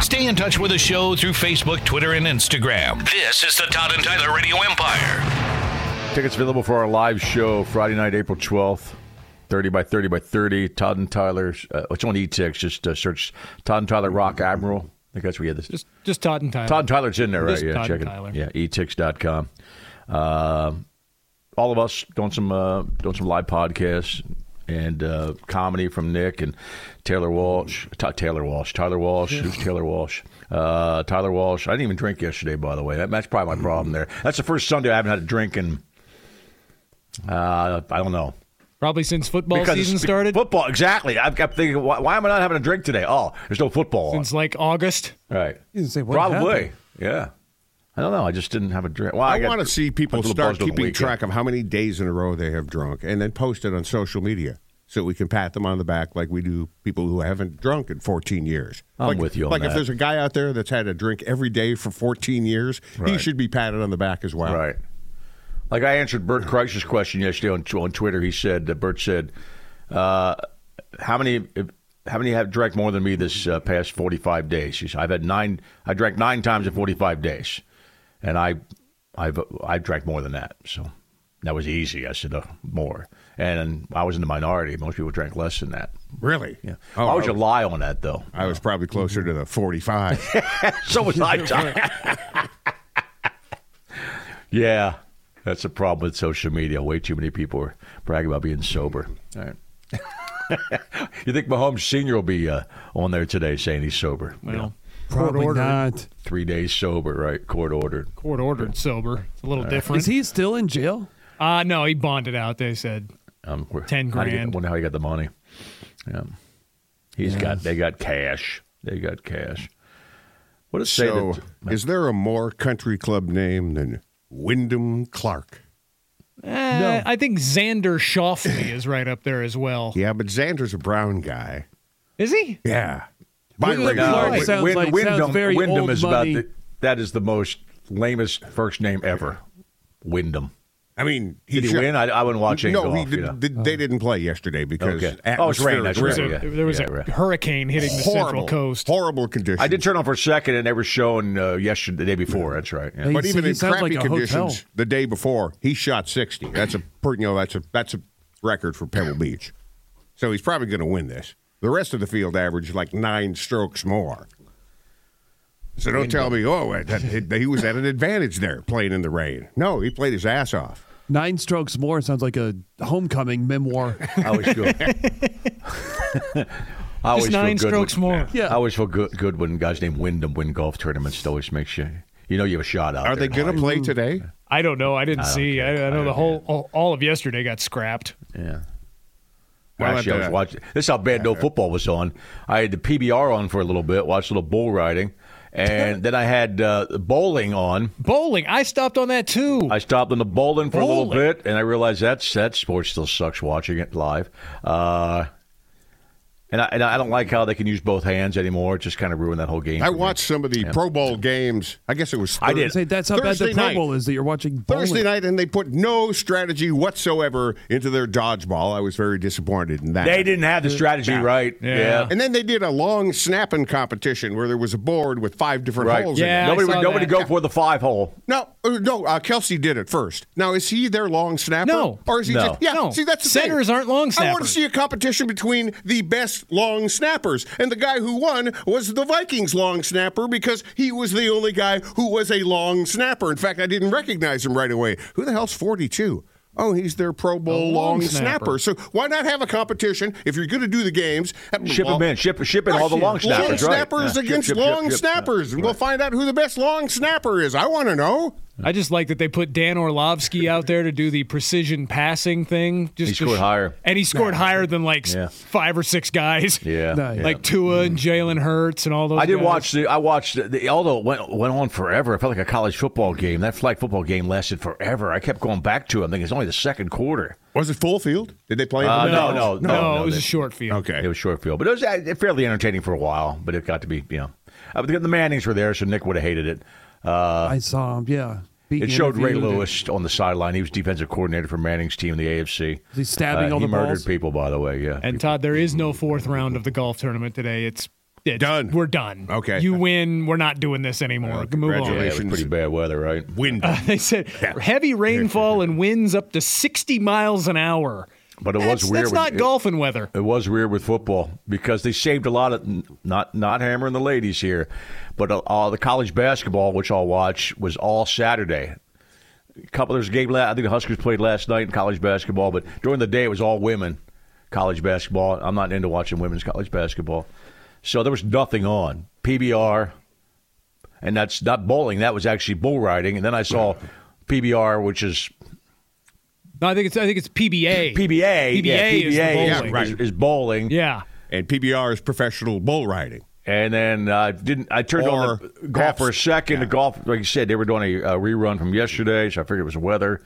Stay in touch with the show through Facebook, Twitter, and Instagram. This is the Todd and Tyler Radio Empire. Tickets available for our live show Friday night, April 12th. 30 by 30 by 30. Todd and Tyler. Uh, it's on E-Tix. Just uh, search Todd and Tyler Rock Admiral. I think that's where you get this. Just just Todd and Tyler. Todd and Tyler's in there, right? Just yeah, Todd check and it. Tyler. Yeah, etix.com. Uh, all of us doing some uh, doing some live podcasts and uh, comedy from Nick and Taylor Walsh. Ta Taylor Walsh. Tyler Walsh. Who's Taylor Walsh? Uh, Tyler Walsh. I didn't even drink yesterday, by the way. That, that's probably my problem there. That's the first Sunday I haven't had a drink in, uh, I don't know. Probably since football Because season it's- started. Football, exactly. I've kept thinking, why, why am I not having a drink today? Oh, there's no football. on. since like August. Right. You didn't say what Probably. happened. Yeah. I don't know. I just didn't have a drink. Well, I, I, got- want to see I people was a little start buzzed on the keeping weekend. track of how many days in a row they have drunk and then post it on social media so we can pat them on the back like we do people who haven't drunk in 14 years. I'm like, with you on Like that. if there's a guy out there that's had a drink every day for 14 years, he Right. should be patted on the back as well. Right. Like I answered Bert Kreischer's question yesterday on on Twitter. He said that Bert said, uh, "How many if, how many have drank more than me this uh, past forty five days?" He said, "I've had nine. I drank nine times in forty five days, and I I've I drank more than that. So that was easy. I said uh, more, and I was in the minority. Most people drank less than that. Really? Yeah. Oh, Why would I you was- lie on that though? I was probably closer to the 45. So was I. Tom. yeah, that's the problem with social media. Way too many people are bragging about being sober. All right. you think Mahomes Senior will be uh, on there today saying he's sober? You Well, know, Probably not. three days sober, right? Court ordered. court ordered sober. It's a Uh, little different. Is he still in jail? Uh no, he bonded out. They said Um, we're- 10 how do you get- grand. Wonder how he got the money. Yeah, he's got. They got cash. They got cash. What does it say? so, that, is there a more country club name than Wyndham Clark? eh, I think Xander Shoffley is right up there as well. Yeah, but Xander's a brown guy. Is he? Yeah. Wyndham Clark Wait, sounds Wyn- like- sounds very Wyndham old is money. about the, that is the most lamest first name ever. Wyndham. I mean, Did he should- win? I, I wouldn't watch any no, golf. he you did, know. did- they didn't play yesterday because Okay. Oh, it was rain, that's There was right, atmospheric a, yeah. there was Yeah, a right. hurricane hitting the horrible, central coast. horrible conditions. I did turn on for a second, and they were showing uh, yesterday, the day before. That's right. yeah. Hey, but he- even he in sounds crappy like a conditions, hotel. the day before he shot sixty. That's a pretty, you know, that's a that's a record for Pebble Beach. So he's probably going to win this. The rest of the field averaged like nine strokes more. So don't tell me, oh, that, he was at an advantage there playing in the rain. No, he played his ass off. Nine Strokes More sounds like a homecoming memoir. I always feel. I always feel nine good strokes when- more. Yeah. I always feel good, good when guys named Wyndham win golf tournaments. It always makes you, you know, you have a shot out. Are they going going to play today? I don't know. I didn't see. I, I know the whole all, all of yesterday got scrapped. Yeah. Well, Actually, I that, was uh, watching. This is how bad no football was on. I had the PBR on for a little bit, watched a little bull riding, and then I had uh, bowling on. Bowling. I stopped on that too. I stopped on the bowling for a little Bowling. bit, and I realized that's that sport still sucks watching it live. Uh, and I, and I don't like how they can use both hands anymore. It just kind of ruined that whole game. I for me. watched some of the Pro Bowl games. I guess it was. I did. Thursday- Say that's how Thursday bad the Pro night. Bowl is that you're watching bowling. Thursday night, and they put no strategy whatsoever into their dodgeball. I was very disappointed in that. They didn't have the strategy right. Yeah. And then they did a long snapping competition where there was a board with five different right. holes. Yeah, I In it. nobody saw would nobody that. go for the five hole. No, uh, no. Uh, Kelsey did it first. Now is he their long snapper? No. or is he No. just yeah? No. See, that's the Centers thing. aren't long I want to snappers. see a competition between the best s- long snappers. And the guy who won was the Vikings long snapper because he was the only guy who was a long snapper. In fact, I didn't recognize him right away. Who the hell's 42? Oh, he's their Pro Bowl long, long snapper. snapper. So why not have a competition if you're going to do the games? Ship 'em in. Ship- ship in all the long snappers, Long right. snappers Yeah. against Ship, ship, ship, long ship. snappers, and we'll find out who the best long snapper is. I want to know. I just like that they put Dan Orlovsky out there to do the precision passing thing. Just He to scored higher. and he scored higher than like s- Yeah. five or six guys. Yeah. No, yeah. like Tua and Jalen Hurts and all those. I did guys. watch the. I watched the, the although it went went on forever. It felt like a college football game. That flag football game lasted forever. I kept going back to it. I think it's only the second quarter. Was it full field? Did they play? it? Uh, No, no, no, no, no, it was they- a short field. Okay. It was short field, but it was uh, fairly entertaining for a while. But it got to be you know, uh, the, the Mannings were there, so Nick would have hated it. Uh, I saw him. Yeah, Being It showed Ray interviewed and- Lewis on the sideline. He was defensive coordinator for Manning's team, in the AFC. Is he stabbing Uh, all he the murdered balls? people, by the way. Yeah, And Todd, there is no fourth round of the golf tournament today. It's, it's Done. We're done. Okay. You win. We're not doing this anymore. Well, yeah, it Move on. congratulations. was pretty bad weather, right? Wind. They said heavy rainfall and winds up to 60 miles an hour. But it was that's, weird That's when- not it- golfing weather. It was weird with football because they saved a lot of n- not not hammering the ladies here, but uh, all the college basketball, which I'll watch, was all Saturday. A couple there's a game last. I think the Huskers played last night in college basketball, but during the day it was all women college basketball. I'm not into watching women's college basketball, so there was nothing on PBR, and that's not bowling. That was actually bull riding, and then I saw PBR, which is No, I think it's I think it's PBA. PBA. yeah, PBA is the PBA bowling. Yeah, right. is bowling. Yeah. and PBR is professional bull riding. And then I didn't. I turned Or on the golf for a golf's- second. The golf, like you said, they were doing a, uh rerun from yesterday, so I figured it was weather.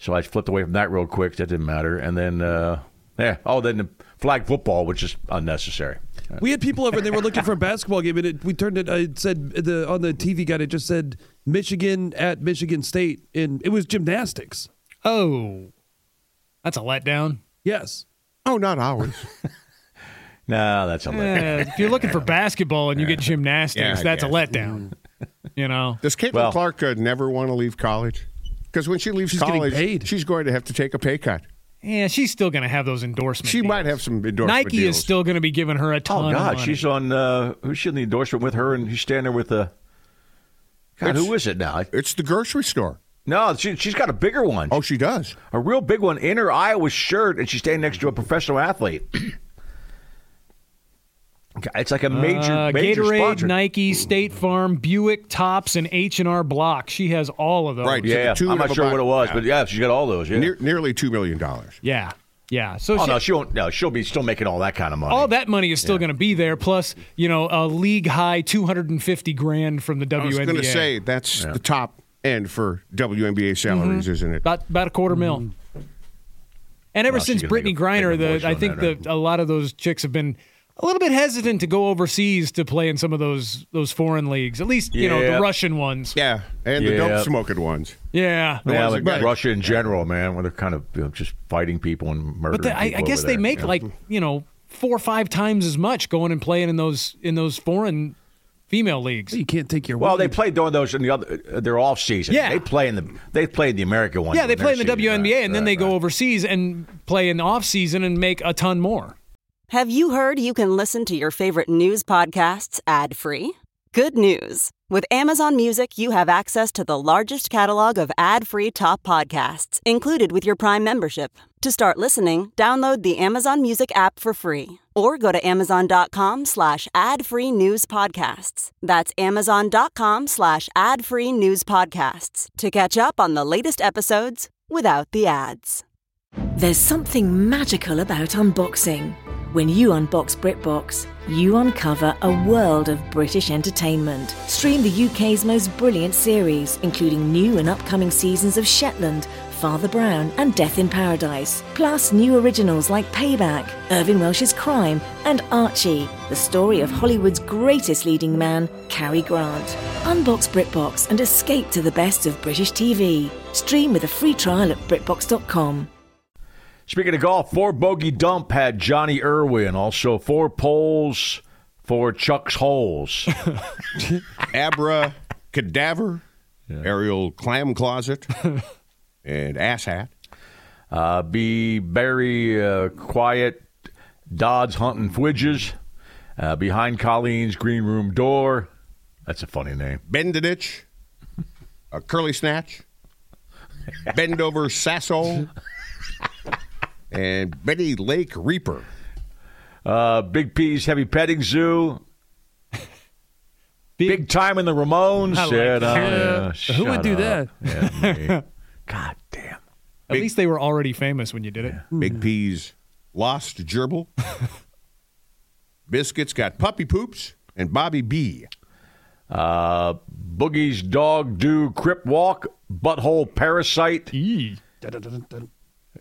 So I flipped away from that real quick. That didn't matter. And then, uh, yeah. Oh, then the flag football, which is unnecessary. We had people over and they were looking for a basketball game, and it, we turned it. It said the on the TV guide, it just said Michigan at Michigan State, and it was gymnastics. Oh, that's a letdown. Yes, Oh, not ours. No, that's a let. Eh, if you're looking for basketball and you get Yeah, gymnastics, I that's a guess. letdown. You know. Does Caitlin Well- Clark uh, never want to leave college? Because when she leaves She's getting college, paid. she's going to have to take a pay cut. Yeah, she's still going to have those endorsements. She might have some endorsement Nike deals. is still going to be giving her a ton. Oh of God, money. she's on. Uh, who's she in the endorsement with her? And she's standing there with the. God, who is it now? I- It's the grocery store. No, she, she's got a bigger one, Oh, she does. a real big one in her Iowa shirt, and she's standing next to a professional athlete. God, it's like a major, Uh, major Gatorade, sponsor. Nike, State Farm, Buick, Tops, and H and R Block. She has all of those. Right. Yeah, to the tune I'm of not sure what about- it was, yeah. but yeah, she's got all those. Yeah. Near, nearly two million dollars. Yeah. Yeah. So oh she, no, she won't. No, she'll be still making all that kind of money. all that money is still going to be there. Plus, you know, a league high two hundred and fifty grand from the WNBA. I was going to say that's the top end for WNBA Mm-hmm. salaries, isn't it? about about a quarter mil. Mm-hmm. And ever Well, she since can Brittany make a- make a Griner, voice the I on think that, right? that a lot of those chicks have been a little bit hesitant to go overseas to play in some of those those foreign leagues. At least you know Yeah. the Russian ones. yeah, and the Yeah. dope smoking ones. Yeah. yeah, ones like that got- Russia in general, man, when they're kind of you know, just fighting people and murdering. But the, I, people I guess over they there. make Yeah. like you know four or five times as much going and playing in those in those foreign female leagues. you can't take your. Well, they weed. play during those in the other uh, their off season. Yeah. they play in the they play in the American one. Yeah, they play in the their WNBA season. Right, and then right, they right. go overseas and play in the off season and make a ton more. Have you heard you can listen to your favorite news podcasts ad free? Good news! With Amazon Music, you have access to the largest catalog of ad free top podcasts included with your Prime membership. To start listening, download the Amazon Music app for free or go to amazon.com slash ad free news podcasts. That's amazon.com slash ad free news podcasts to catch up on the latest episodes without the ads. There's something magical about unboxing. When you unbox BritBox, you uncover a world of British entertainment. Stream the UK's most brilliant series, including new and upcoming seasons of Shetland, Father Brown, and Death in Paradise. Plus, new originals like Payback, Irving Welsh's Crime, and Archie, the story of Hollywood's greatest leading man, Cary Grant. Unbox BritBox and escape to the best of British TV. Stream with a free trial at BritBox.com. Speaking of golf, four bogey dump had Johnny Irwin. Also, four poles for Chuck's holes. Abra cadaver, aerial clam closet, and ass hat. Uh, be very uh, quiet. Dodds Hunting Fwidges, uh, behind Colleen's green room door. That's a funny name. Bendinich, a curly snatch, bend over sasso, and Betty Lake Reaper. Uh, Big P's Heavy Petting Zoo. Big, time in the Ramones. I like Shut that. up. Yeah, Who would shut do up. that? Yeah, me. God damn. At least they were already famous when you did it. Big P's lost gerbil. Biscuits got puppy poops and Bobby B. Uh, Boogie's Dog Do Crip Walk. Butthole Parasite. Eee.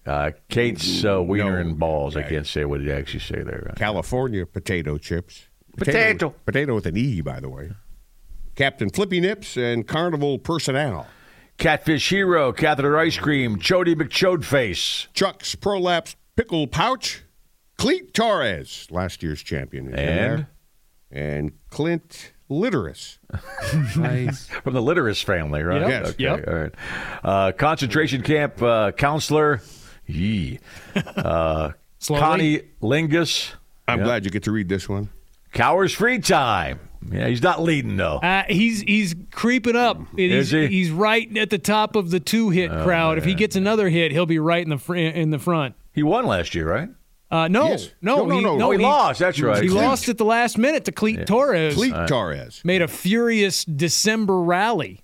Uh, Kate's uh, Wiener No. and Balls. I can't say what it actually say there. California potato chips. Potato. Potato, with an E, by the way. Captain Flippy Nips and Carnival Personnel. Catfish Hero. Catheter Ice Cream. Chody McChodeface. Chuck's Prolapse Pickle Pouch. Cleet Torres, last year's champion. is in And? there. And Clint Litterus. Nice. From the Litterus family, right? Yep. Yes. Okay, Yep. all right. Uh, concentration camp uh, counselor. Yee. Uh, Slowly. Connie Lingus. I'm glad you get to read this one. Cowers free time. Yeah, he's not leading though. Uh, he's he's creeping up. Is he's, he? Oh, He's right at the top of the two hit crowd. If he gets another hit, he'll be right in the fr- in the front. He won last year, right? Uh, no, Yes. no, No, no, he, no. Oh, he lost. That's right. He Cleat. lost at the last minute to Cleet Torres. Cleet Torres. Made a furious December rally.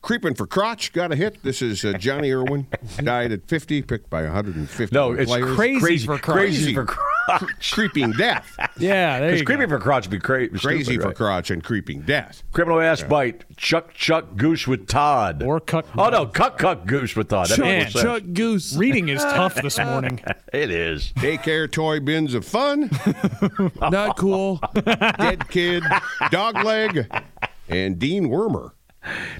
Creeping for Crotch got a hit. This is uh, Johnny Irwin. Died at 50, picked by 150 No, it's players. Crazy crazy for crotch. Crazy for crotch. Creeping Death. Yeah, there Because you go. creepy for crotch would be cra- stupid, Crazy for right? Crotch and Creeping Death. Criminal ass bite. Chuck Chuck Goose with Todd. Or cuck. oh no, cuck cuck Goose with Todd. That Man. makes more Chuck sense. Goose. Reading is tough this morning. It is. Daycare toy bins of fun. Not cool. Dead Kid, Dogleg, and Dean Wormer.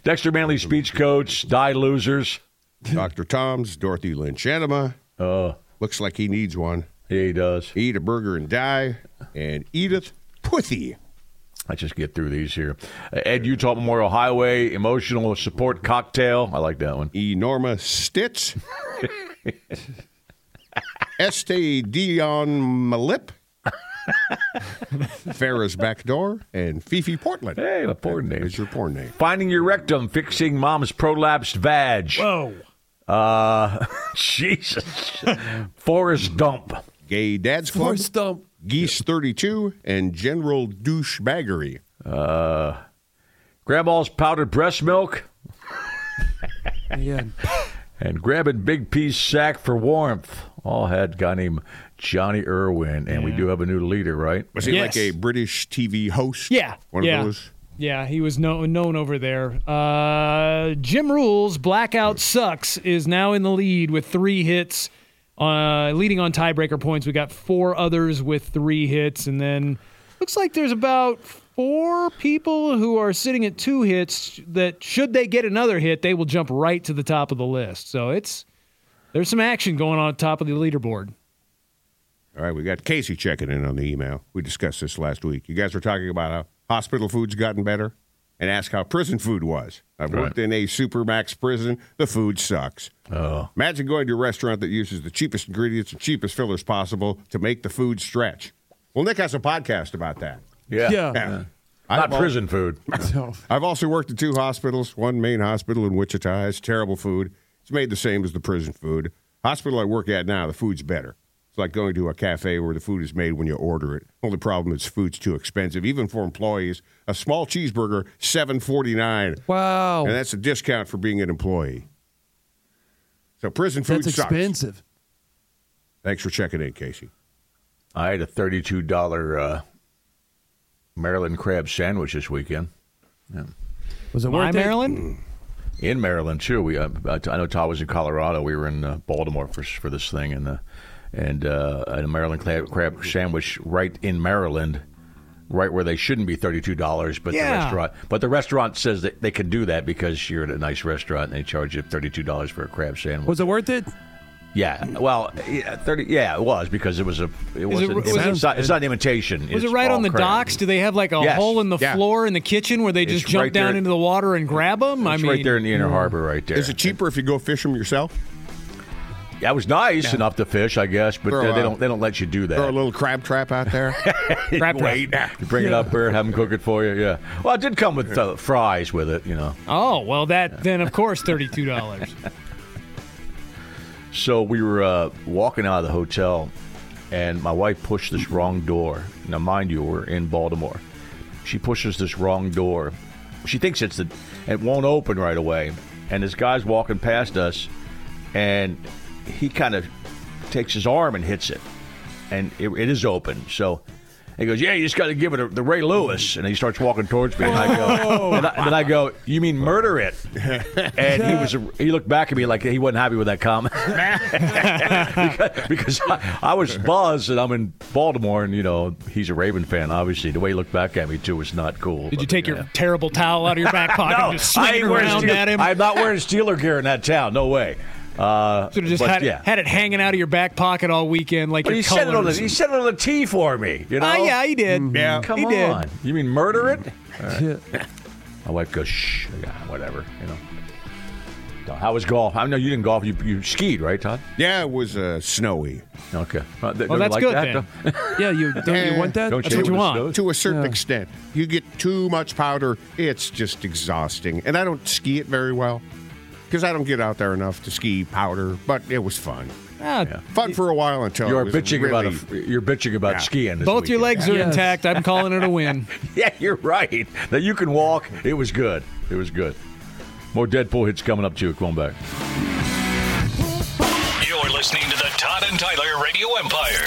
Dexter Manley speech coach. Die losers. Dr. Tom's, Dorothy Lynch Enema. Oh, Looks like he needs one. he does. Eat a burger and die. And Edith Puthy. Let's just get through these here. Uh, Ed Utah Memorial Highway emotional support cocktail. I like that one. Enorma Stitz. Este Dion Malip. Farrah's Backdoor. And Fifi Portland. Hey, a porn name. Is your porn name. Finding your rectum, fixing mom's prolapsed vag. Whoa. Uh, Jesus. Forest dump. Gay Dad's Club. Poor stump. Geese 32. And General Douchebaggery. Grandma's powdered breast milk Man. and grabbing big piece sack for warmth. All had a guy named Johnny Irwin, and we do have a new leader, right? Was he Yes. like a British TV host? Yeah. One yeah. of those? Yeah, he was no, known over there. Uh, Jim Rules, Blackout Sucks, is now in the lead with three hits, uh, leading on tiebreaker points. We got four others with three hits, and then looks like there's about four people who are sitting at two hits that, should they get another hit, they will jump right to the top of the list. So it's there's some action going on at top of the leaderboard. All right, we got Casey checking in on the email. We discussed this last week. You guys were talking about how hospital food's gotten better and asked how prison food was. I've worked in a supermax prison. The food sucks. Oh. Imagine going to a restaurant that uses the cheapest ingredients and cheapest fillers possible to make the food stretch. Well, Nick has a podcast about that. Yeah. Yeah. Not prison food. So, I've also worked at two hospitals. One main hospital in Wichita has terrible food. It's made the same as the prison food. Hospital I work at now, the food's better. It's like going to a cafe where the food is made when you order it. Only problem is food's too expensive, even for employees. A small cheeseburger, seven forty nine, wow. and that's a discount for being an employee. So prison food That's sucks. expensive. Thanks for checking in, Casey. I had a $32 uh, Maryland crab sandwich this weekend. Was it My worth it? Maryland? in Maryland too. We uh, I I know Todd was in Colorado. We were in uh, Baltimore for for this thing, and uh, and uh, a Maryland crab, crab sandwich right in Maryland, right where they shouldn't be thirty two dollars, but Yeah. the restaurant but the restaurant says that they can do that because you're at a nice restaurant and they charge you thirty two dollars for a crab sandwich. Was it worth it? yeah, well, yeah, thirty. Yeah, it was because it was a. It wasn't. was it's, it- not, it's not an imitation. Was It's it right all on the crab. docks? Do they have like a Yes. hole in the Yeah. floor in the kitchen where they It's just jump right there down at- into the water and grab them? I It's mean, right there in the Inner Harbor, right there. Is it cheaper if you go fish them yourself? That was nice enough to fish, I guess, but Throw they, they a- don't they don't let you do Throw a that. little crab trap out there. Crab trap. Wait. You bring it up there, have them cook it for you. Yeah. Well, it did come with uh, fries with it, you know. Oh well, that then of course thirty two dollars. So we were uh, walking out of the hotel, and my wife pushed this wrong door. Now, mind you, we're in Baltimore. She pushes this wrong door. She thinks it's the it won't open right away, and this guy's walking past us, and he kind of takes his arm and hits it, and it, it is open. So. He goes, yeah, you just got to give it a, the Ray Lewis, and he starts walking towards me, and I go, and I, and I go, you mean murder it? And he was, he looked back at me like he wasn't happy with that comment because I, I was buzzed and I'm in Baltimore and you know he's a Raven fan obviously the way he looked back at me too was not cool. Did you But, take your yeah. terrible towel out of your back pocket no, and just I swing it ain't wearing around Steeler- at him? I'm not wearing Steeler gear in that town. No way. Uh, Should have just but, had, yeah. had it hanging out of your back pocket all weekend, like But your he said it on the colors. he said it on the tee for me. You know. Ah, yeah, he did. Yeah. Come he on. did. You mean murder it? Yeah. My wife goes shh. Yeah, whatever. You know. No, How was golf? I know you didn't golf. You, you skied, right, Todd? Yeah, it was uh, snowy Okay. Well, Well, that's good then. Yeah, you don't you Eh. want that? Don't what you want. to a certain extent. You get too much powder; it's just exhausting. And I don't ski it very well because I don't get out there enough to ski powder. But it was fun, Ah, fun for a while until You're it was bitching about really, a, you're bitching about Yeah. skiing. This Both your weekend. legs are Yes. intact. I'm calling it a win. Yeah, you're right. That you can walk. It was good. It was good. More Deadpool hits coming up to you. Come on back. You're listening to the Todd and Tyler Radio Empire.